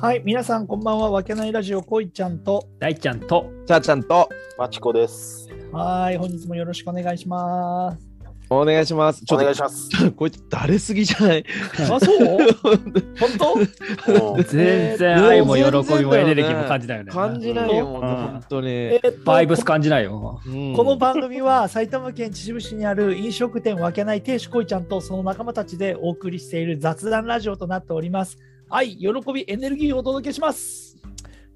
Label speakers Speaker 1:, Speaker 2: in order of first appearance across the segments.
Speaker 1: はい、皆さんこんばんは。わけないラジオこいちゃんと。
Speaker 2: 大ちゃんと
Speaker 3: ちゃーちゃんと
Speaker 4: マチコです。
Speaker 1: はい、本日もよろしくお願いします。
Speaker 3: お願いします。
Speaker 4: お願い
Speaker 3: し
Speaker 4: します。
Speaker 3: ます。 こいつ、だれすぎじゃない。
Speaker 1: あ、そ う？本当？
Speaker 4: うん
Speaker 2: 全然愛も喜びもエネルギーも感じないよね。
Speaker 3: 感じないよ、
Speaker 1: うん
Speaker 3: もう本当
Speaker 1: え
Speaker 3: に。
Speaker 1: ーっと
Speaker 2: バイブス感じないよ。
Speaker 3: うん
Speaker 1: この番組は埼玉県秩父市にある飲食店わけない亭主こいちゃんとその仲間たちでお送りしている雑談ラジオとなっております。愛、喜び、エネルギーをお届けします。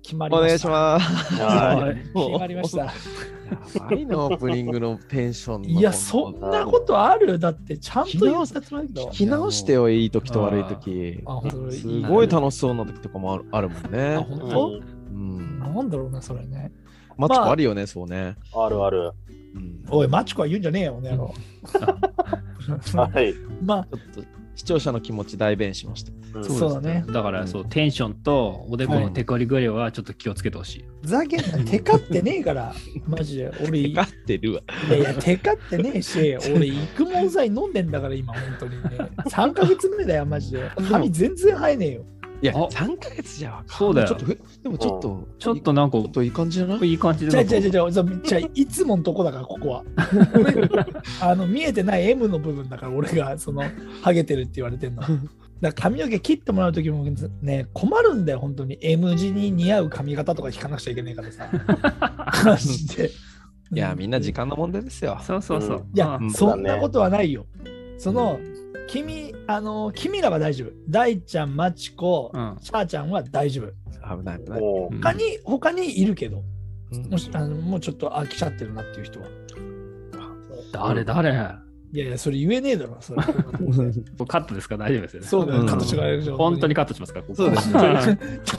Speaker 1: 決まり
Speaker 3: お
Speaker 1: ま
Speaker 3: 願い
Speaker 1: し。
Speaker 3: したます。
Speaker 4: はい
Speaker 2: はい
Speaker 1: 決まりました。
Speaker 3: やばいな、オープニングのテンションの。
Speaker 1: いや、そんなことあるだって、ちゃんと言ったつもりだけど
Speaker 3: 聞。き直してよ、いい時と悪い時
Speaker 1: あ、。本当
Speaker 3: すごい楽しそうな時とかもあるあるもん
Speaker 1: あ、
Speaker 3: ね。
Speaker 1: 本当？
Speaker 3: うん。
Speaker 1: なんだろうな、それね。
Speaker 3: マチコあるよね、そうね。
Speaker 4: あるある。
Speaker 3: うんちょ
Speaker 1: おい、マチコは言うんじゃねえよ、ね、
Speaker 4: はい。
Speaker 1: まあ、
Speaker 3: っと視聴者の気持ち代弁しました。
Speaker 4: うん
Speaker 1: そうだね。
Speaker 2: だからそう、テンションとおでこのテコリグレはちょっと気をつけてほしい。
Speaker 1: ざけんな、テカってねえ から、マジで。俺、い
Speaker 3: かかってるわ。
Speaker 1: やいや、テカってねえし、俺、育毛剤飲んでんだから、今、本当にね。3ヶ月目だよ、マジで。髪全然生えねえよ。
Speaker 3: いや、
Speaker 2: あ
Speaker 3: 3ヶ月じゃわかんない
Speaker 2: そうだよ
Speaker 3: ちょっとふ、でもちょっと、
Speaker 2: ちょっとなんか
Speaker 3: ちょっといい感じじゃない
Speaker 2: いい感じ
Speaker 1: じゃ
Speaker 2: で
Speaker 1: あ、じゃあ、じゃあじゃあじゃあ、じゃあいつものとこだから、ここ は。あの、見えてない M の部分だから、俺が、その、ハゲてるって言われてんの。だから髪の毛切ってもらうときもね、困るんだよ、本当に。M 字に似合う髪型とか引かなくちゃいけないからさ。 マジで。
Speaker 3: いや、みんな時間の問題ですよ。
Speaker 2: そうそうそう。
Speaker 1: いや
Speaker 2: う、ん
Speaker 1: そんなことはないよ。その、君、あの、君らは大丈夫。大ちゃん、まちこ、
Speaker 2: うん
Speaker 1: ちゃーちゃんは大丈夫。
Speaker 3: 危ない危ない。
Speaker 4: も
Speaker 1: 他に、他にいるけど、
Speaker 3: うん
Speaker 1: もし、あのもうちょっと飽きちゃってるなっていう人は。
Speaker 2: 誰誰
Speaker 1: いやいや、それ言えねえだろ、それ。
Speaker 2: カットですか大丈夫ですよね。
Speaker 1: そうだよ、
Speaker 3: うん
Speaker 1: カットしてくれるじゃん
Speaker 2: 本当に。カットしますから。
Speaker 3: そうです
Speaker 2: ね。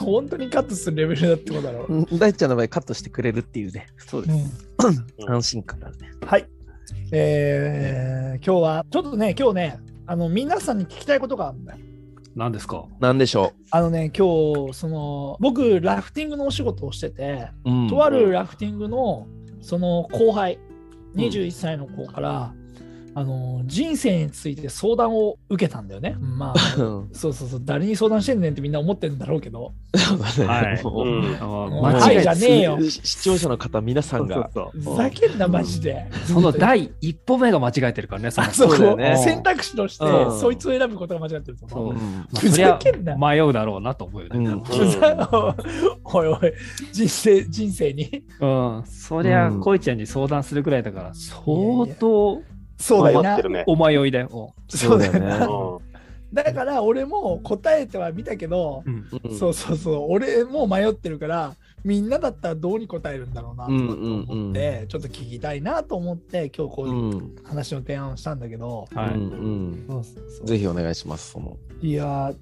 Speaker 1: 本当にカットするレベルだってことだろ。
Speaker 3: うん大ちゃんの場合カットしてくれるっていうね。そう
Speaker 1: う
Speaker 3: す。
Speaker 1: ん
Speaker 4: うん
Speaker 3: 安心感だね。
Speaker 1: はい。えー、今日は、ちょっとね、今日ね、あの、皆さんに聞きたいことがあるんだよ。
Speaker 2: 何ですか
Speaker 3: なんでしょ
Speaker 1: あのね、今日、その、僕、ラフティングのお仕事をしてて、
Speaker 3: う。うん
Speaker 1: とあるラフティングのその後輩、21歳の子から、あの人生について相談を受けたんだよね。まあそうそうそう誰に相談してんねんってみんな思ってんだろうけど
Speaker 3: そうだね。
Speaker 2: はい
Speaker 3: もう
Speaker 4: うん
Speaker 2: あ
Speaker 1: もう
Speaker 2: 間
Speaker 1: は
Speaker 2: 違
Speaker 1: い
Speaker 2: い
Speaker 1: じゃねえよ
Speaker 3: 視視聴者の方、皆さ
Speaker 2: そ
Speaker 3: ん
Speaker 2: うそう
Speaker 3: が。
Speaker 2: そう
Speaker 1: ふざけんなマジで。
Speaker 2: その第一歩目が間違えてるからね、そ
Speaker 1: あ
Speaker 2: の
Speaker 1: そこ
Speaker 3: そうだよ
Speaker 2: ね
Speaker 1: 選択肢として、
Speaker 3: うん
Speaker 1: そいつを選ぶことが間違ってると思。
Speaker 2: そうう
Speaker 3: うん
Speaker 2: まあ
Speaker 1: ふざけんな
Speaker 2: そりゃ迷うだろうなと思うよ
Speaker 3: う
Speaker 2: ね。
Speaker 3: ん
Speaker 4: うん
Speaker 1: ふざおいおい人生人生に
Speaker 2: うん、そりゃ、
Speaker 3: うん
Speaker 2: こいちゃんに相談するくらいだから、相当
Speaker 1: そうだ
Speaker 4: 頑
Speaker 1: よ
Speaker 4: 張っ
Speaker 1: な
Speaker 4: てるね。
Speaker 2: お迷いだよ。
Speaker 1: そうだよな
Speaker 3: そうだよね
Speaker 1: だから俺も答えては見たけど、
Speaker 2: うん
Speaker 3: うん
Speaker 1: そうそうそう俺も迷ってるからみんなだったらどうに答えるんだろうなと
Speaker 3: うん
Speaker 1: 思って、
Speaker 3: うんうん
Speaker 1: ちょっと聞きたいなと思って今日こ
Speaker 3: う。
Speaker 1: ういうん話の提案をしたんだけど、
Speaker 2: はい
Speaker 3: うんうん
Speaker 1: そうそうそう
Speaker 3: ぜひお願いします。その。
Speaker 1: いや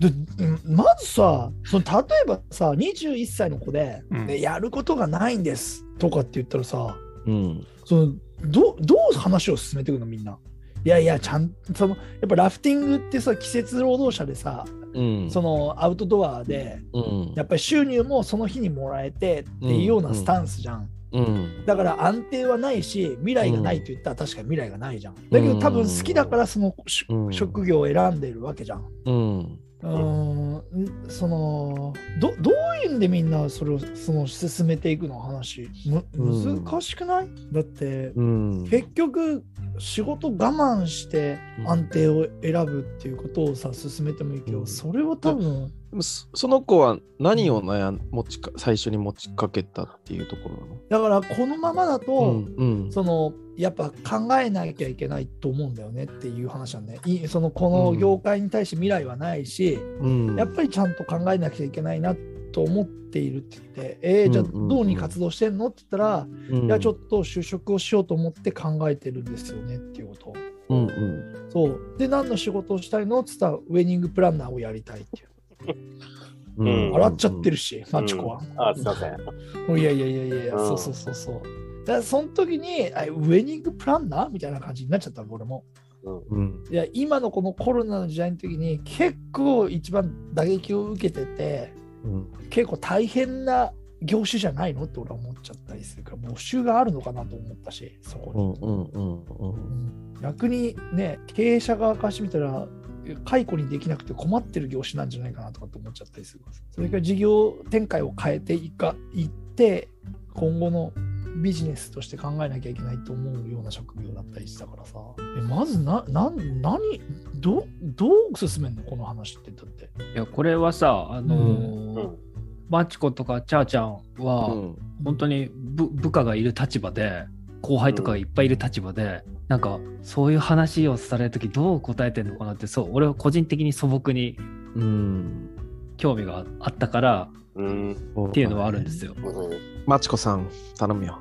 Speaker 1: ーでうんまずさその例えばさ21歳の子で、
Speaker 2: うん
Speaker 1: ねやることがないんです」とかって言ったらさ
Speaker 3: うん。
Speaker 1: そのどどう話を進めていくのみんな。いやいやちゃんそのやっぱラフティングってさ季節労働者でさ
Speaker 3: うん。
Speaker 1: そのアウトドアで
Speaker 3: うん
Speaker 1: やっぱり収入もその日にもらえてっていうようなスタンスじゃん。
Speaker 3: うん。
Speaker 1: だから安定はないし、未来がないと言ったら確かに未来がないじゃん。だけど多分好きだからそのし
Speaker 3: うん
Speaker 1: 職業を選んでるわけじゃん。
Speaker 3: うん。
Speaker 1: うーん、そのどどういうんでみんなそれをその進めていくの話む
Speaker 3: うん
Speaker 1: 難しくない、だって
Speaker 3: うん。
Speaker 1: 結局仕事我慢して安定を選ぶっていうことをさ進めてもいいけど、
Speaker 3: うん
Speaker 1: それは多分
Speaker 3: でもそその子は何を悩ん持ちか最初に持ちかけたっていうところなの
Speaker 1: だからこのままだと、
Speaker 3: うん
Speaker 1: そのやっぱ考えなきゃいけないと思うんだよねっていう話なんで、いそのこの業界に対して未来はないし、
Speaker 3: うんうん
Speaker 1: やっぱりちゃんと考えなきゃいけないなと思っているって言って、えー、じゃあ
Speaker 3: うんうんうん
Speaker 1: どうに活動してんのって言ったら、
Speaker 3: うん
Speaker 1: いやちょっと就職をしようと思って考えてるんですよねっていうこと。
Speaker 3: うんうん
Speaker 1: そうで何の仕事をしたいのって言ったらウェディングプランナーをやりたいっていう
Speaker 4: うん
Speaker 1: 笑っちゃってるし、マチコは。
Speaker 4: あ、すいません。
Speaker 1: いやいやいやいやいや、
Speaker 4: うん
Speaker 1: そうそうそうそう。だからその時にあウェディングプランナーみたいな感じになっちゃったの俺も。
Speaker 3: うん
Speaker 1: いや今のこのコロナの時代の時に結構一番打撃を受けてて
Speaker 3: うん
Speaker 1: 結構大変な業種じゃないのって俺は思っちゃったりするから募集があるのかなと思ったしそこ
Speaker 3: う
Speaker 1: に、
Speaker 3: んうんうんうん
Speaker 1: 逆にね経営者側からしてみたら解雇にできなくて困ってる業種なんじゃないかなとかって思っちゃったりするそれから事業展開を変えていかいって今後のビジネスとして考えなきゃいけないと思うような職業だったりしたからさえまずなな何どどう進めんのこの話ってだって
Speaker 2: いやこれはさあの
Speaker 4: う
Speaker 2: ー
Speaker 4: ん
Speaker 2: マチコとかチャーちゃんは、
Speaker 3: うん
Speaker 2: 本当に部部下がいる立場で後輩とかがいっぱいいる立場で、なんかそういう話をされる時どう答えてんのかなってそう俺は個人的に素朴に
Speaker 3: うん。
Speaker 2: 興味があったから
Speaker 4: うん。
Speaker 2: っていうのはあるんですよ。
Speaker 4: うん
Speaker 3: マチコさん、頼むよ。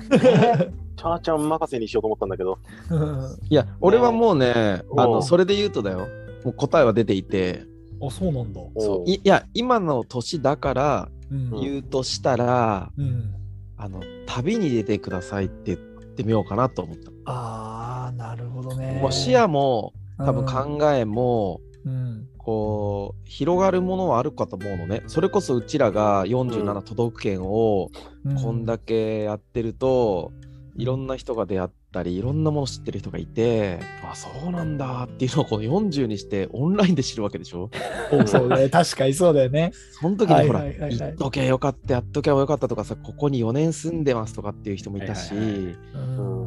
Speaker 4: チャーちゃん任せにしようと思ったんだけど。
Speaker 1: うん
Speaker 3: いや、俺はもうね、
Speaker 4: おう
Speaker 3: あの、それで言うとだよ。もう答えは出ていて、
Speaker 1: あそうなんだ
Speaker 3: そう
Speaker 4: い
Speaker 3: いいや、今の年だから
Speaker 1: うん
Speaker 3: 言うとしたら、
Speaker 1: うん
Speaker 3: あの、旅に出てくださいって言ってみようかなと思った。
Speaker 1: ああなるほどね
Speaker 3: もう視野も、多分考えも、
Speaker 1: うん
Speaker 3: こう広がるものはあるかと思うのねそれこそうちらが47都道府県を
Speaker 1: うん
Speaker 3: こんだけやってると、いろんな人が出会ったりいろんなもの知ってる人がいてあそうなんだっていうのをこの40にしてオンラインで知るわけでしょ
Speaker 1: そうそう ね確かにそうだよね
Speaker 3: その時にほら、
Speaker 1: はいはいはいはい
Speaker 3: 言っとけばよかったやっとけばよかったとかさここに4年住んでますとかっていう人もいたし、
Speaker 2: はいはいはい
Speaker 1: うん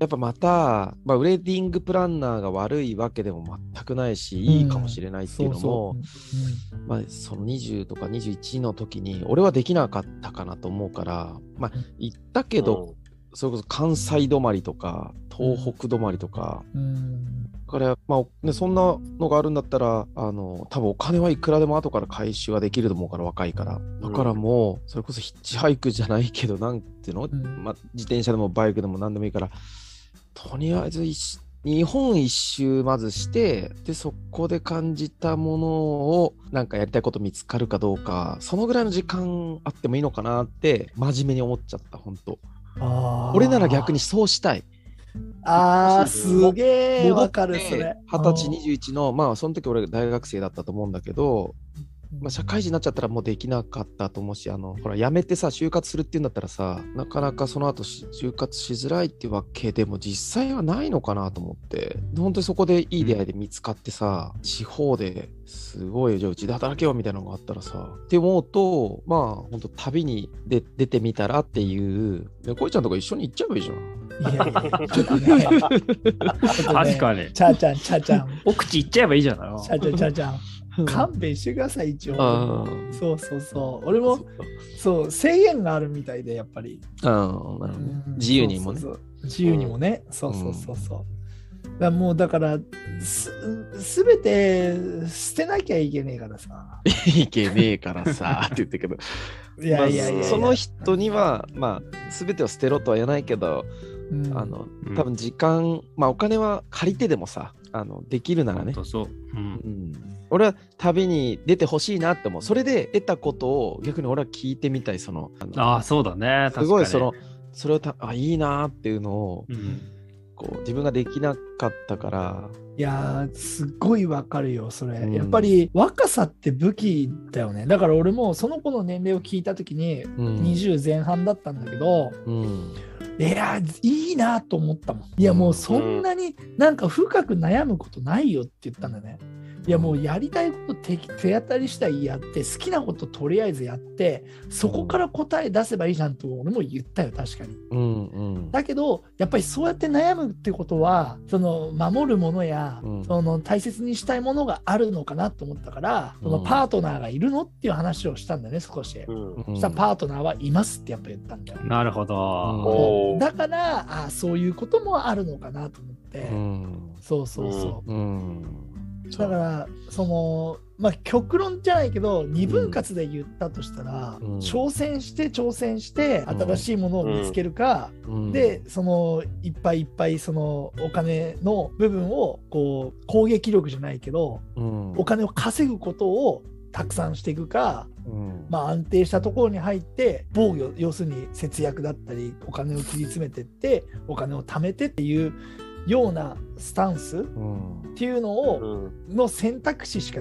Speaker 3: やっぱまた、まあ、ウェディングプランナーが悪いわけでも全くないしいいかもしれないっていうのも、
Speaker 1: そうそううん
Speaker 3: まあ、その20とか21の時に俺はできなかったかなと思うからまあ
Speaker 1: うん
Speaker 3: 行ったけど、、それこそ関西止まりとか東北止まりとか、
Speaker 1: うん
Speaker 3: だから、まあね、そんなのがあるんだったらあの多分お金はいくらでも後から回収はできると思うから若いからだからもうそれこそヒッチハイクじゃないけどなんていうの、
Speaker 1: ん
Speaker 3: まあ、自転車でもバイクでも何でもいいからとりあえず一日本一周まずしてでそこで感じたものをなんかやりたいこと見つかるかどうかそのぐらいの時間あってもいいのかなって真面目に思っちゃった本当
Speaker 1: あー
Speaker 3: 俺なら逆にそうしたい
Speaker 1: あーすげえわかるそれ
Speaker 3: 二十歳21のまあその時俺大学生だったと思うんだけど、まあ、社会人になっちゃったらもうできなかったと思うしあのほら辞めてさ就活するっていうんだったらさなかなかその後し就活しづらいってわけでも実際はないのかなと思って本当にそこでいい出会いで見つかってさ、地方ですごいじゃあうちで働けよみたいなのがあったらさって思うとまあ本当旅に出出てみたらっていうでこいちゃんとか一緒に行っちゃえばいいじゃん。
Speaker 1: いや いやちょっとねちょっとね
Speaker 2: 確かに。
Speaker 1: ちゃーちゃんちゃーちゃ ん
Speaker 2: お口いっちゃえばいいじゃないの
Speaker 1: ちゃーちゃんちゃーちゃん勘弁してください一応
Speaker 3: あー
Speaker 1: そうそうそう俺もそう制限があるみたいでやっぱり
Speaker 3: うんなるほどね自由にもね
Speaker 1: そうそうそう自由にもね、そうそうそうそう、だからもうだからすすべて捨てなきゃいけねえからさ
Speaker 3: いけねえから さって言ったけど
Speaker 1: いやいやいやい
Speaker 3: ま
Speaker 1: や
Speaker 3: あその人にはまあ全てを捨てろとは言わないけど、
Speaker 1: うん
Speaker 3: あの
Speaker 2: うん
Speaker 3: 多分時間まあお金は借りてでもさあのできるなら
Speaker 2: ほん
Speaker 3: ね
Speaker 2: とそう。う。
Speaker 3: うんん、俺は旅に出てほしいなって思うそれで得たことを逆に俺は聞いてみたいそのあの
Speaker 2: ああ、そうだね。確か
Speaker 3: す
Speaker 2: に
Speaker 3: ごいそのそれをたあいいなっていうのを
Speaker 2: うん
Speaker 3: こう自分ができなかったから
Speaker 1: いやーすっごいわかるよそれ、
Speaker 3: うん
Speaker 1: やっぱり若さって武器だよねだから俺もその子の年齢を聞いた時に
Speaker 3: うん
Speaker 1: 20前半だったんだけど、
Speaker 3: うん
Speaker 1: いやーいいなと思ったもんいやもうそんなになんか深く悩むことないよって言ったんだねいやもうやりたいこと手手当たりしたいやって好きなこととりあえずやってそこから答え出せばいいじゃんと俺も言ったよ確かに
Speaker 3: うんうん
Speaker 1: だけどやっぱりそうやって悩むってことはその守るものや、
Speaker 3: うん
Speaker 1: その大切にしたいものがあるのかなと思ったから、その
Speaker 3: うん
Speaker 1: パートナーがいるのっていう話をしたんだよね少し、
Speaker 4: うん。
Speaker 1: そしたらパートナーはいますってやっぱ言ったんだよ、
Speaker 2: なるほど。
Speaker 4: おー
Speaker 1: だからあそういうこともあるのかなと思って、
Speaker 3: うん
Speaker 1: そうそうそう、
Speaker 3: うん
Speaker 1: だからそのまあ極論じゃないけど二分割で言ったとしたら、
Speaker 3: うん
Speaker 1: 挑戦して挑戦して
Speaker 3: うん
Speaker 1: 新しいものを見つけるか、
Speaker 3: うん
Speaker 1: でそのいっぱいいっぱいそのお金の部分をこう攻撃力じゃないけど
Speaker 3: うん
Speaker 1: お金を稼ぐことをたくさんしていくか、
Speaker 3: うん
Speaker 1: まあ、安定したところに入って防御要するに節約だったりお金を切り詰めてってお金を貯めてっていうようなスタンスっ
Speaker 3: うん
Speaker 1: ていうのを
Speaker 4: うん
Speaker 1: の選択肢しか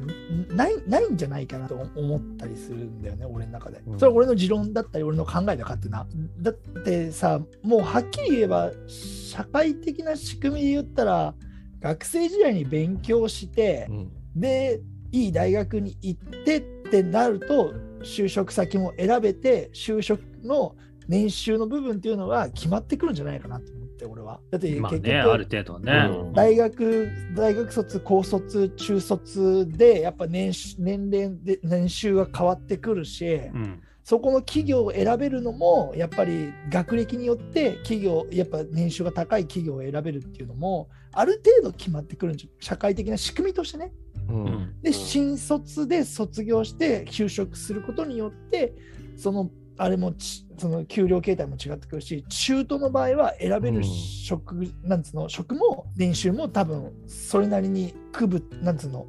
Speaker 1: ないないんじゃないかなと思ったりするんだよね俺の中で
Speaker 3: うん
Speaker 1: それは俺の持論だったり俺の考えだ勝手なだってさもうはっきり言えば社会的な仕組みで言ったら学生時代に勉強して
Speaker 3: う、ん
Speaker 1: でいい大学に行ってってなると就職先も選べて就職の年収の部分っていうのは決まってくるんじゃないかなと思って俺は。だって結
Speaker 2: まあ
Speaker 1: 局、
Speaker 2: ね、ある程度はね。
Speaker 1: 大学大学卒高卒中卒でやっぱ年収年齢で年収が変わってくるし、
Speaker 2: うん。
Speaker 1: そこの企業を選べるのもやっぱり学歴によって企業やっぱ年収が高い企業を選べるっていうのもある程度決まってくるんじゃ社会的な仕組みとしてね。
Speaker 3: うん
Speaker 2: うん。
Speaker 4: う
Speaker 1: で
Speaker 4: ん
Speaker 1: 新卒で卒業して就職することによってそのあれもちその給料形態も違ってくるし中途の場合は選べ
Speaker 3: う
Speaker 1: る
Speaker 3: ん
Speaker 1: 職、なんつうの職も練習も多分それなりに区分なんつうの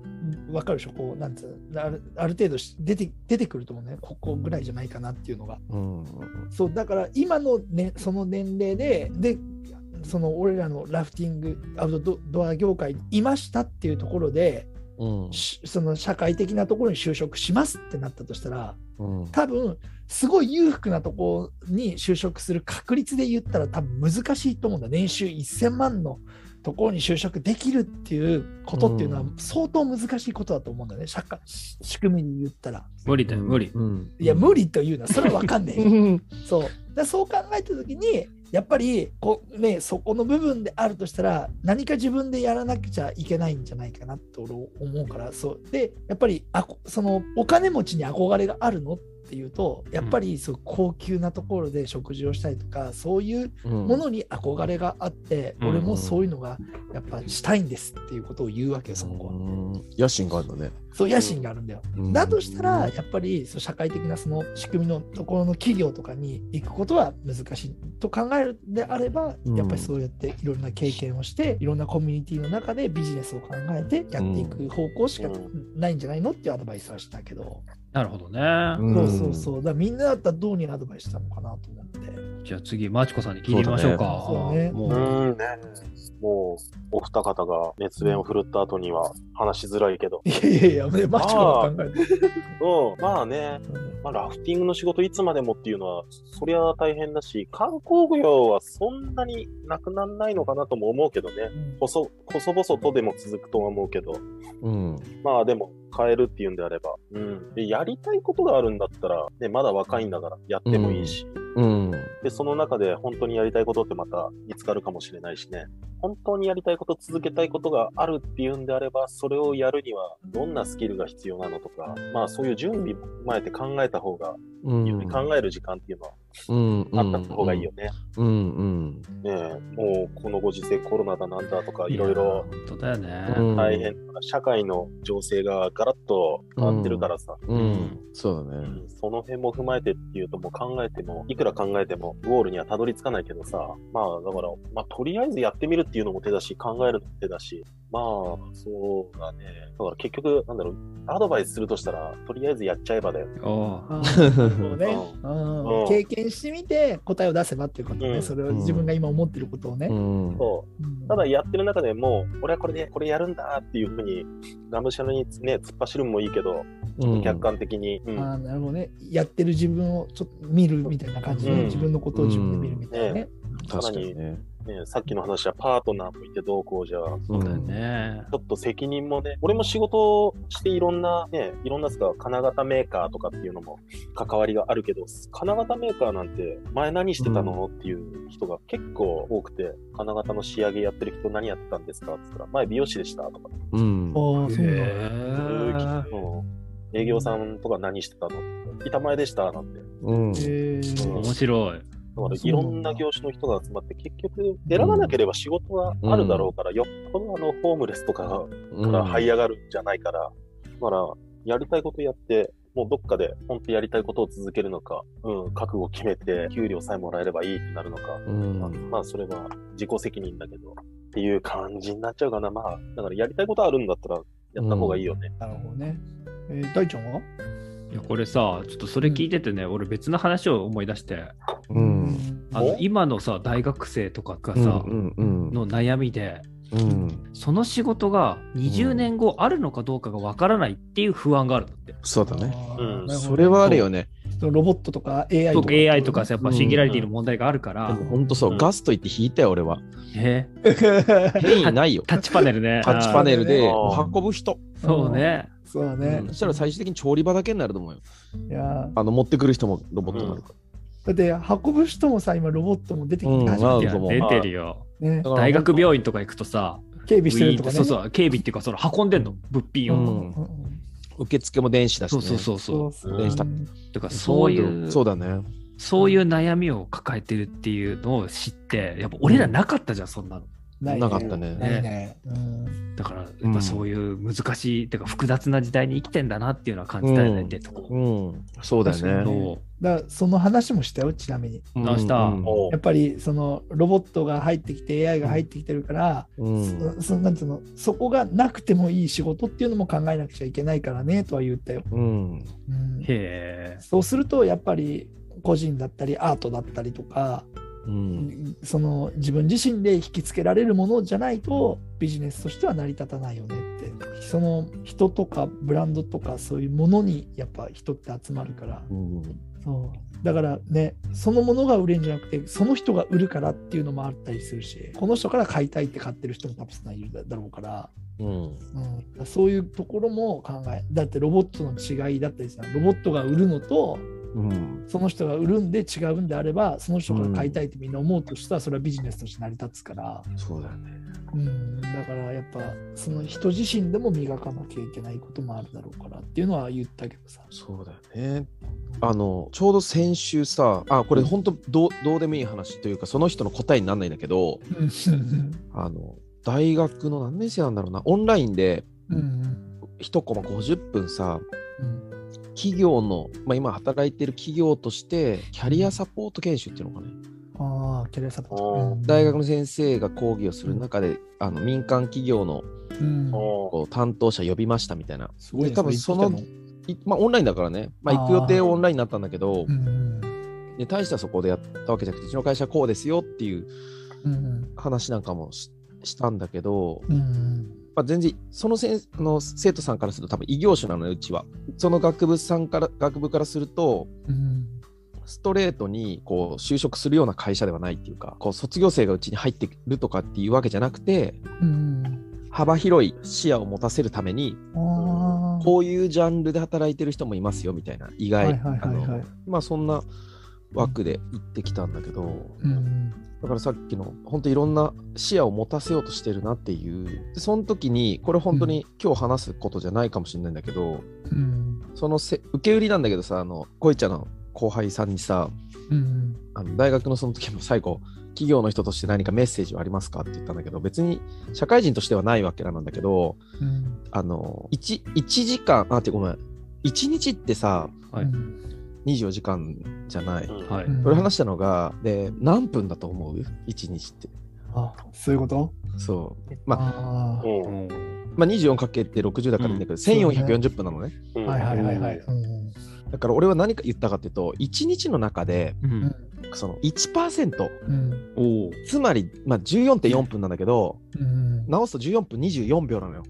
Speaker 1: 分かるでしょこうなんつうあるある程度し出て出てくると思うねここぐらいじゃないかなっていうのが
Speaker 3: うん
Speaker 1: そうだから今の、ね、その年齢ででその俺らのラフティングアウトドドア業界にいましたっていうところで
Speaker 3: うん
Speaker 1: しその社会的なところに就職しますってなったとしたら
Speaker 3: うん
Speaker 1: 多分すごい裕福なところに就職する確率で言ったら多分難しいと思うんだ年収1000万のところに就職できるっていうことっていうのは
Speaker 3: う
Speaker 1: 相当難しいことだと思うんだね社会し仕組みに言ったら
Speaker 2: 無理だよ、無理。
Speaker 3: うん
Speaker 1: いや無理というのはそれは分かんねえよ
Speaker 3: うん
Speaker 1: そうだそう考えた時にやっぱりこう、ね、そこの部分であるとしたら何か自分でやらなくちゃいけないんじゃないかなと俺思うからそうでやっぱりあこそのお金持ちに憧れがあるのっていうとやっぱりそう高級なところで食事をしたりとかそういう
Speaker 3: うん
Speaker 1: ものに憧れがあって、
Speaker 2: うん
Speaker 1: 俺もそういうのがやっぱしたいんですっていうことを言うわけよその子は、
Speaker 3: うん野心があるのね
Speaker 1: そう野心があるんだよ
Speaker 3: うん
Speaker 1: だとしたら、やっぱりそう社会的なその仕組みのところの企業とかに行くことは難しいと考えるんであれば、
Speaker 3: うん
Speaker 1: やっぱりそうやっていろんな経験をして、いろんなコミュニティの中でビジネスを考えてやっていく方向しか
Speaker 4: う
Speaker 1: ないんじゃないのっていうアドバイスはしたけど、
Speaker 2: なるほどね。
Speaker 3: ん
Speaker 1: そうそうそう、だからみんなだったらどうにアドバイスしたのかなと思って。
Speaker 2: じゃあ次、マチコさんに聞いてみましょうか。
Speaker 1: そうだね
Speaker 2: も
Speaker 4: う
Speaker 2: う、
Speaker 4: ーんね、もうお二方が熱弁を振るった後には話しづらいけど、
Speaker 1: いやいやいや、ねマチコが考えてる。
Speaker 4: うん、まあね、
Speaker 1: うん
Speaker 4: まあ、ラフティングの仕事いつまでもっていうのはそりゃ大変だし観光業はそんなになくならないのかなとも思うけどね細細々とでも続くとは思うけど
Speaker 3: うん
Speaker 4: まあでも変えるっていうんであれば、うん、でやりたいことがあるんだったら、ね、まだ若いんだからやってもいいし、
Speaker 3: うん
Speaker 4: でその中で本当にやりたいことってまた見つかるかもしれないしね本当にやりたいこと続けたいことがあるっていうんであればそれをやるにはどんなスキルが必要なのとかまあそういう準備も踏まえて考えた方が
Speaker 3: うん
Speaker 4: より考える時間っていうのは
Speaker 3: うん
Speaker 4: あった方がいいよね。
Speaker 3: うんうん
Speaker 4: ねえもうこのご時世コロナだなんだとかいろいろ
Speaker 2: や。本当だよね。
Speaker 3: うん
Speaker 4: 大変な社会の情勢がガラッと変わってるからさ、
Speaker 3: うんそうだ
Speaker 4: う
Speaker 3: ね
Speaker 4: んその辺も踏まえてっていうともう考えてもいくら考えてもゴールにはたどり着かないけどさまあだから、まあ、とりあえずやってみるっていうのも手だし考えるのも手だしまあそうだねだから結局なんだろうアドバイスするとしたらとりあえずやっちゃえばだよ、
Speaker 2: おう
Speaker 1: そうねうん
Speaker 4: うん
Speaker 1: 経験してみて答えを出せばっていうことね、
Speaker 4: うん
Speaker 1: それを自分が今思ってることをね、
Speaker 3: うん
Speaker 4: そ
Speaker 1: う
Speaker 4: う
Speaker 1: ん
Speaker 4: ただやってる中でもう俺はこれでこれやるんだっていうふうにがむしゃらにね突っ走るのもいいけど客観的に、うん
Speaker 1: あーなるほどねやってる自分をちょっと見るみたいな感じで、
Speaker 4: うん
Speaker 1: 自分のことを自分で見るみたいなね。
Speaker 3: 確かにね
Speaker 4: ね、さっきの話はパートナーもいてどうこうじゃち
Speaker 2: そうだよね。
Speaker 4: ょっと責任もね俺も仕事をしていろんなねいろんなですか金型メーカーとかっていうのも関わりがあるけど金型メーカーなんて前何してたの、っていう人が結構多くて金型の仕上げやってる人何やってたんですかって言ったら前美容師でしたとか、
Speaker 3: うん
Speaker 1: ああそうなんだ
Speaker 2: へ
Speaker 4: うん営業さんとか何してたの板前でしたなんて
Speaker 3: うん
Speaker 1: へー
Speaker 2: え面白い。
Speaker 4: だからいろんな業種の人が集まって、結局選ばなければ仕事はあるだろうから、よっぽどあのホームレスとかから這い上がるんじゃないから、だからやりたいことやって、もうどっかで本当やりたいことを続けるのか、うん、覚悟決めて、給料さえもらえればいいってなるのか、
Speaker 3: うん
Speaker 4: まあまあそれは自己責任だけど、っていう感じになっちゃうかな。まあ、だからやりたいことあるんだったら、やった方がいいよね。
Speaker 1: なるほどね。えー、大ちゃんはい
Speaker 2: やこれさ、ちょっとそれ聞いててね、俺別の話を思い出して、
Speaker 3: うん
Speaker 2: あの今のさ、大学生とかがさ、
Speaker 3: うんうん
Speaker 2: の悩みで、
Speaker 3: うん
Speaker 2: その仕事が20年後あるのかどうかがわからないっていう不安があるんだって。
Speaker 3: そうだね
Speaker 1: あー
Speaker 4: うん
Speaker 1: なるほど
Speaker 3: それはあるよね
Speaker 1: そのロボットとか AI とか
Speaker 2: 僕 AI とかさやっぱシンギュラリティの
Speaker 3: う
Speaker 2: 問題があるから、
Speaker 3: でも本当そう、
Speaker 4: うん
Speaker 3: ガスト行って引いたよ、俺 は。
Speaker 2: え。
Speaker 3: 変異ないよ
Speaker 2: タッチパネルね。
Speaker 3: タッチパネルで
Speaker 4: あー
Speaker 3: 運ぶ人。
Speaker 2: あーそうね。
Speaker 1: そう
Speaker 3: う
Speaker 1: ね
Speaker 3: ん、そしたら最終的に調理場だけになると思うよ。
Speaker 1: いや
Speaker 3: あの持ってくる人もロボットになるから。
Speaker 1: だって運ぶ人もさ今ロボットも出てきて
Speaker 3: うん
Speaker 1: 初
Speaker 2: いや
Speaker 3: そう
Speaker 2: 出てるよ。
Speaker 1: めてね
Speaker 3: だから
Speaker 2: 大学病院とか行くとさ、
Speaker 1: 警備して
Speaker 2: ウィーン
Speaker 1: る
Speaker 2: っ
Speaker 1: と
Speaker 2: て
Speaker 1: かね
Speaker 2: そうそう、警備っていうか、その運んでんの、物品
Speaker 1: う
Speaker 2: を。
Speaker 1: んうん
Speaker 3: う
Speaker 1: う
Speaker 3: ん
Speaker 1: ん
Speaker 3: 受付も電子だし、
Speaker 2: そ
Speaker 3: ね。
Speaker 2: うそうそうそ
Speaker 1: そう
Speaker 2: う。
Speaker 1: そう
Speaker 3: 電子タ
Speaker 2: だからそういう、
Speaker 3: そうだね。
Speaker 2: そういう悩みを抱えてるっていうのを知って、やっぱ俺らなかったじゃん、そんなの。
Speaker 1: ない
Speaker 3: なかった
Speaker 1: ね
Speaker 3: ね。
Speaker 1: ないねうん
Speaker 2: だから、やっぱそういう難しい、てか複雑な時代に生きてんだなっていうのは感じたよね、
Speaker 3: うん
Speaker 2: でとこ。
Speaker 3: うん、そうだよ
Speaker 1: 確かに
Speaker 3: ね。
Speaker 2: そう
Speaker 1: だからその話もしたよちなみに
Speaker 3: うん
Speaker 2: 直した
Speaker 3: うん
Speaker 4: おう
Speaker 1: やっぱりそのロボットが入ってきて AI が入ってきてるから、
Speaker 3: うん
Speaker 1: そそのなんつうのそこがなくてもいい仕事っていうのも考えなくちゃいけないからねとは言ったよ、
Speaker 3: うん、
Speaker 1: うん
Speaker 2: へえ。
Speaker 1: そうするとやっぱり個人だったりアートだったりとか、
Speaker 3: うん、
Speaker 1: その自分自身で引きつけられるものじゃないとビジネスとしては成り立たないよねってその人とかブランドとかそういうものにやっぱ人って集まるから
Speaker 3: うん
Speaker 1: そうだからねそのものが売れるんじゃなくてその人が売るからっていうのもあったりするしこの人から買いたいって買ってる人もたくさんいるだろうから、
Speaker 3: うん、
Speaker 1: うん、そういうところも考えだってロボットの違いだったりさロボットが売るのと
Speaker 3: うん、
Speaker 1: その人が売るんで違うんであればその人から買いたいってみんな思うとしたらそれはビジネスとして成り立つから、
Speaker 3: そうだよね。
Speaker 1: うん、だからやっぱその人自身でも磨かなきゃいけないこともあるだろうからっていうのは言ったけどさ。
Speaker 3: そうだよね。あの、ちょうど先週さ、あ、これ本当どう、どうでもいい話というか、その人の答えにならないんだけど、あの、大学の何年生なんだろうな、オンラインで
Speaker 1: うん
Speaker 3: 1コマ50分さ、
Speaker 1: うん
Speaker 3: 企業の、まあ、今働いてる企業として、キャリアサポート研修っていうのかね。
Speaker 1: ああ、キャリアサポー
Speaker 4: あー
Speaker 1: ト。
Speaker 3: 大学の先生が講義をする中で、あの民間企業の
Speaker 1: うん、
Speaker 4: おう
Speaker 3: こう担当者呼びましたみたいな。
Speaker 1: すごいね
Speaker 3: で多分その
Speaker 1: れ言って
Speaker 3: いまあ、オンラインだからね、まあ、行く予定はオンラインになったんだけど
Speaker 1: た、もうん
Speaker 3: で大したそこでやったわけじゃなくて、うちの会社はこうですよっていう
Speaker 1: うん
Speaker 3: 話なんかもししたんだけど、
Speaker 1: うんうん
Speaker 3: まあ、全然そのせんあの生徒さんからすると多分異業種なのようちはその学部さんから学部からすると
Speaker 1: うん
Speaker 3: ストレートにこう就職するような会社ではないっていうかこう卒業生がうちに入ってくるとかっていうわけじゃなくて
Speaker 1: うん
Speaker 3: 幅広い視野を持たせるために
Speaker 1: あー
Speaker 3: こういうジャンルで働いてる人もいますよみたいな意
Speaker 1: はい
Speaker 3: 外
Speaker 1: はい
Speaker 3: あ
Speaker 1: はいは
Speaker 3: の
Speaker 1: い
Speaker 3: まあそんな枠で行ってきたんだけど
Speaker 1: うん
Speaker 3: だからさっきの本当いろんな視野を持たせようとしてるなっていうでその時にこれ本当に今日話すことじゃないかもしれないんだけど、
Speaker 1: うん
Speaker 3: そのせ受け売りなんだけどさあのこいちゃんの後輩さんにさ
Speaker 1: うん
Speaker 3: あの大学のその時も最後企業の人として何かメッセージはありますかって言ったんだけど別に社会人としてはないわけなんだけど
Speaker 1: うん
Speaker 3: あの 1, 一時間あってごめん1日ってさ
Speaker 2: はい
Speaker 1: うん
Speaker 3: 24時間じゃない。
Speaker 4: うん
Speaker 2: はい。
Speaker 1: うん
Speaker 3: 俺話したのがで何分だと思う ?1 日って。
Speaker 1: あそういうこと
Speaker 3: そう。ま
Speaker 1: あ
Speaker 3: あ
Speaker 4: う
Speaker 2: う
Speaker 4: ん
Speaker 2: ん
Speaker 3: まあ、24×60 だからいいんだけど、1440分なのね。
Speaker 4: うん
Speaker 1: あはいはいはいはいうん
Speaker 3: だから俺は何か言ったかっていうと、1日の中で、
Speaker 2: うん
Speaker 3: その1%、
Speaker 1: うん
Speaker 2: おー
Speaker 3: つまり、まあ、14.4分なんだけど、
Speaker 1: うん
Speaker 3: 直すと14分24秒なのよ。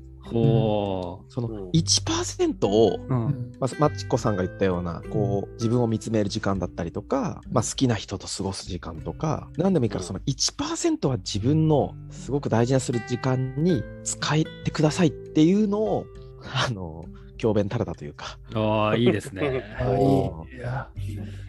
Speaker 2: お
Speaker 3: そうの
Speaker 4: ん
Speaker 3: 1%を、
Speaker 2: ー。う。
Speaker 1: うんん
Speaker 3: まあ、マチコさんが言ったようなこう自分を見つめる時間だったりとか、まあ、好きな人と過ごす時間とか何でもいいからその1%は自分のすごく大事なする時間に使ってくださいっていうのをあの教鞭たれたというか
Speaker 2: ああ、いいですね。
Speaker 1: あいいいや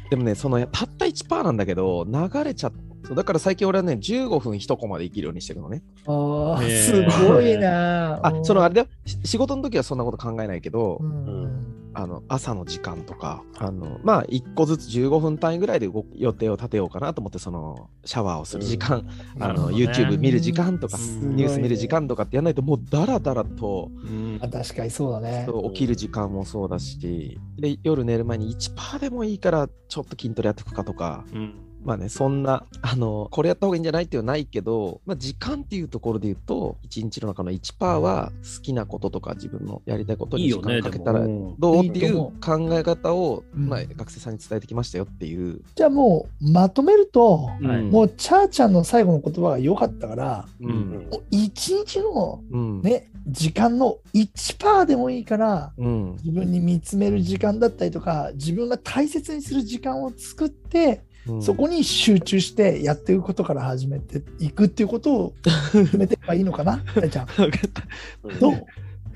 Speaker 3: でもねそのたった1%なんだけど流れちゃそうだから最近俺はね15分1コマで生きるようにしてるのね
Speaker 1: あー
Speaker 2: え
Speaker 1: す
Speaker 2: ー
Speaker 1: ごいな
Speaker 3: あそのあ
Speaker 1: れ
Speaker 3: れだよし仕事の時はそんなこと考えないけど、
Speaker 1: うん
Speaker 3: あの朝の時間とかあのまあ1個ずつ15分単位ぐらいで動く予定を立てようかなと思ってそのシャワーをする時間、あ
Speaker 2: な
Speaker 3: の
Speaker 2: るほどね
Speaker 3: YouTube 見る時間とか、
Speaker 1: すごいね
Speaker 3: ニュース見る時間とかってやらないともうダラダラと、
Speaker 2: うん
Speaker 1: あ確かにそうだね
Speaker 3: そう起きる時間もそうだしで夜寝る前に1%でもいいからちょっと筋トレやっていくかとか
Speaker 2: うん
Speaker 3: まあね、そんな、あの、これやった方がいいんじゃないっていうのはないけど、まあ、時間っていうところで言うと、1日の中の1%は好きなこととか自分のやりたいこと
Speaker 2: いい
Speaker 3: に
Speaker 2: よ
Speaker 3: 時
Speaker 2: ね
Speaker 3: 間かけたら
Speaker 2: でも
Speaker 3: どう
Speaker 1: いい
Speaker 3: って
Speaker 1: と
Speaker 3: いう
Speaker 1: 思
Speaker 3: 考え方を、
Speaker 1: うん
Speaker 3: まあ、学生さんに伝えてきましたよっていう。
Speaker 1: じゃあもうまとめると、
Speaker 2: はい
Speaker 3: うん
Speaker 1: もうチャーちゃんの最後の言葉が良かったから、
Speaker 3: う
Speaker 2: うん
Speaker 4: ん
Speaker 1: もう一日の
Speaker 3: うん
Speaker 1: ね、時間の1%でもいいから、
Speaker 3: うん
Speaker 1: 自分に見つめる時間だったりとか、自分が大切にする時間を作って、
Speaker 3: うん
Speaker 1: そこに集中してやっていくことから始めていくっていうことを決めていけばいいのか な、チャーちゃん。
Speaker 3: 分かった
Speaker 4: うん
Speaker 1: どう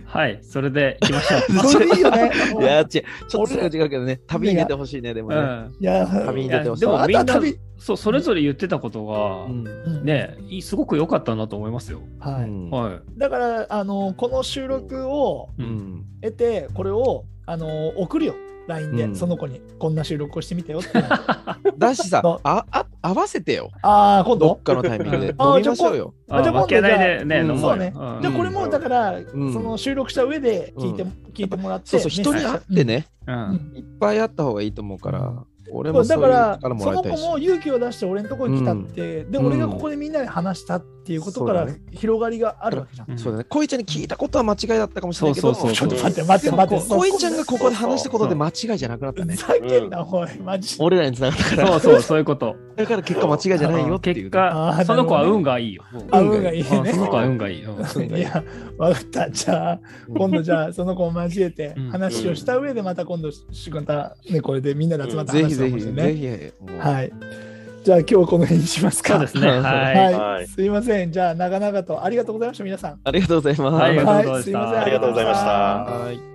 Speaker 2: はい、それで行きましょう。
Speaker 1: それでいいよね。
Speaker 3: いや、違う、ちょっと違うけどね、旅に出てほしいね、でも
Speaker 2: う
Speaker 3: ね。
Speaker 2: ん、
Speaker 1: いや、
Speaker 3: 旅に
Speaker 4: いい
Speaker 3: 出てほしい。
Speaker 2: でも
Speaker 1: あ
Speaker 2: みん
Speaker 1: と
Speaker 2: な
Speaker 1: は旅、
Speaker 2: そう、それぞれ言ってたことが、
Speaker 1: うん
Speaker 2: ねいいすごく良かったなと思いますよ。
Speaker 1: はい
Speaker 3: うん
Speaker 2: は
Speaker 1: だからあのこの収録を
Speaker 2: い。
Speaker 3: う
Speaker 2: うん
Speaker 3: ん
Speaker 1: 得てこれをあの送るよ LINE で、
Speaker 3: うん
Speaker 1: その子にこんな収録をしてみた よっていうの
Speaker 3: だしさ
Speaker 1: そう、
Speaker 3: ああ合わせてよ、
Speaker 1: ああ今
Speaker 3: ど
Speaker 1: 度
Speaker 3: っかのタイミングで。
Speaker 2: う
Speaker 3: 飲
Speaker 2: ん
Speaker 1: あ
Speaker 3: みましょうよ。
Speaker 1: あじゃあ今度
Speaker 2: 負けないでね、
Speaker 3: じゃあ
Speaker 2: 飲もうよ
Speaker 1: そうね
Speaker 2: ん
Speaker 1: じゃあこれもだから、
Speaker 3: ん
Speaker 1: その収録した上で聞いて,、
Speaker 3: う
Speaker 1: 聞いてもらって
Speaker 3: そうそう、人に会って、ね、
Speaker 1: メッ
Speaker 2: う
Speaker 1: セージ
Speaker 2: ん
Speaker 3: いっぱい会った方がいいと思うから、俺
Speaker 1: うん
Speaker 3: も
Speaker 1: そ
Speaker 3: そうう
Speaker 1: だ
Speaker 3: い
Speaker 1: か
Speaker 3: う
Speaker 1: ら
Speaker 3: 力も
Speaker 1: そ
Speaker 3: らい
Speaker 1: の
Speaker 3: た
Speaker 1: 子
Speaker 3: いし。
Speaker 1: も勇気を出して俺のところに来たって、で
Speaker 3: うん
Speaker 1: 俺がここでみんなで話したっていうことから
Speaker 3: そうだ
Speaker 1: 広がりがあるわけじゃん。
Speaker 2: うん
Speaker 3: そうだね、こいちゃんに聞いたことは間違いだったかもしれないけど、
Speaker 2: そうそう
Speaker 1: ち
Speaker 2: そ
Speaker 1: ょ
Speaker 2: う
Speaker 1: っと待って待って待って
Speaker 3: こいちゃんがここで話したことで
Speaker 2: そうそ
Speaker 3: 間違いじゃなくなった
Speaker 1: ふ
Speaker 3: ね。
Speaker 1: ざけんな、おいマジで
Speaker 3: 俺らに繋がったか
Speaker 2: そ う、そ
Speaker 3: ら
Speaker 2: う、そういうこと。
Speaker 3: だから結果間違いじゃないよっていう。
Speaker 2: 結
Speaker 1: あーなるほどね、
Speaker 2: 果その子は運がいいよ。うん
Speaker 1: あ運がいいね
Speaker 2: うんその子は運 がいい。うん
Speaker 3: そうだ
Speaker 1: い
Speaker 3: ね
Speaker 1: や分かったじゃあ今度じゃあその子を交えて
Speaker 2: うん
Speaker 1: 話をした上でまた今度しまたねこれでみんなで集まって
Speaker 3: ぜ
Speaker 1: 話
Speaker 3: ひ
Speaker 1: した
Speaker 3: ぜ
Speaker 1: かも
Speaker 3: ひ、
Speaker 1: しれないね。
Speaker 3: ぜひ、もう
Speaker 1: はい。じゃあ今日はこの辺にしますか。
Speaker 2: そうですね。は。
Speaker 1: はいい、
Speaker 4: はい
Speaker 1: すいません。じゃあ長々とありがとうございました皆さん。
Speaker 3: ありがとうございます。
Speaker 2: はいありがとうございま
Speaker 1: はい、す
Speaker 2: した
Speaker 1: いません。
Speaker 4: ありがとうございました
Speaker 3: はい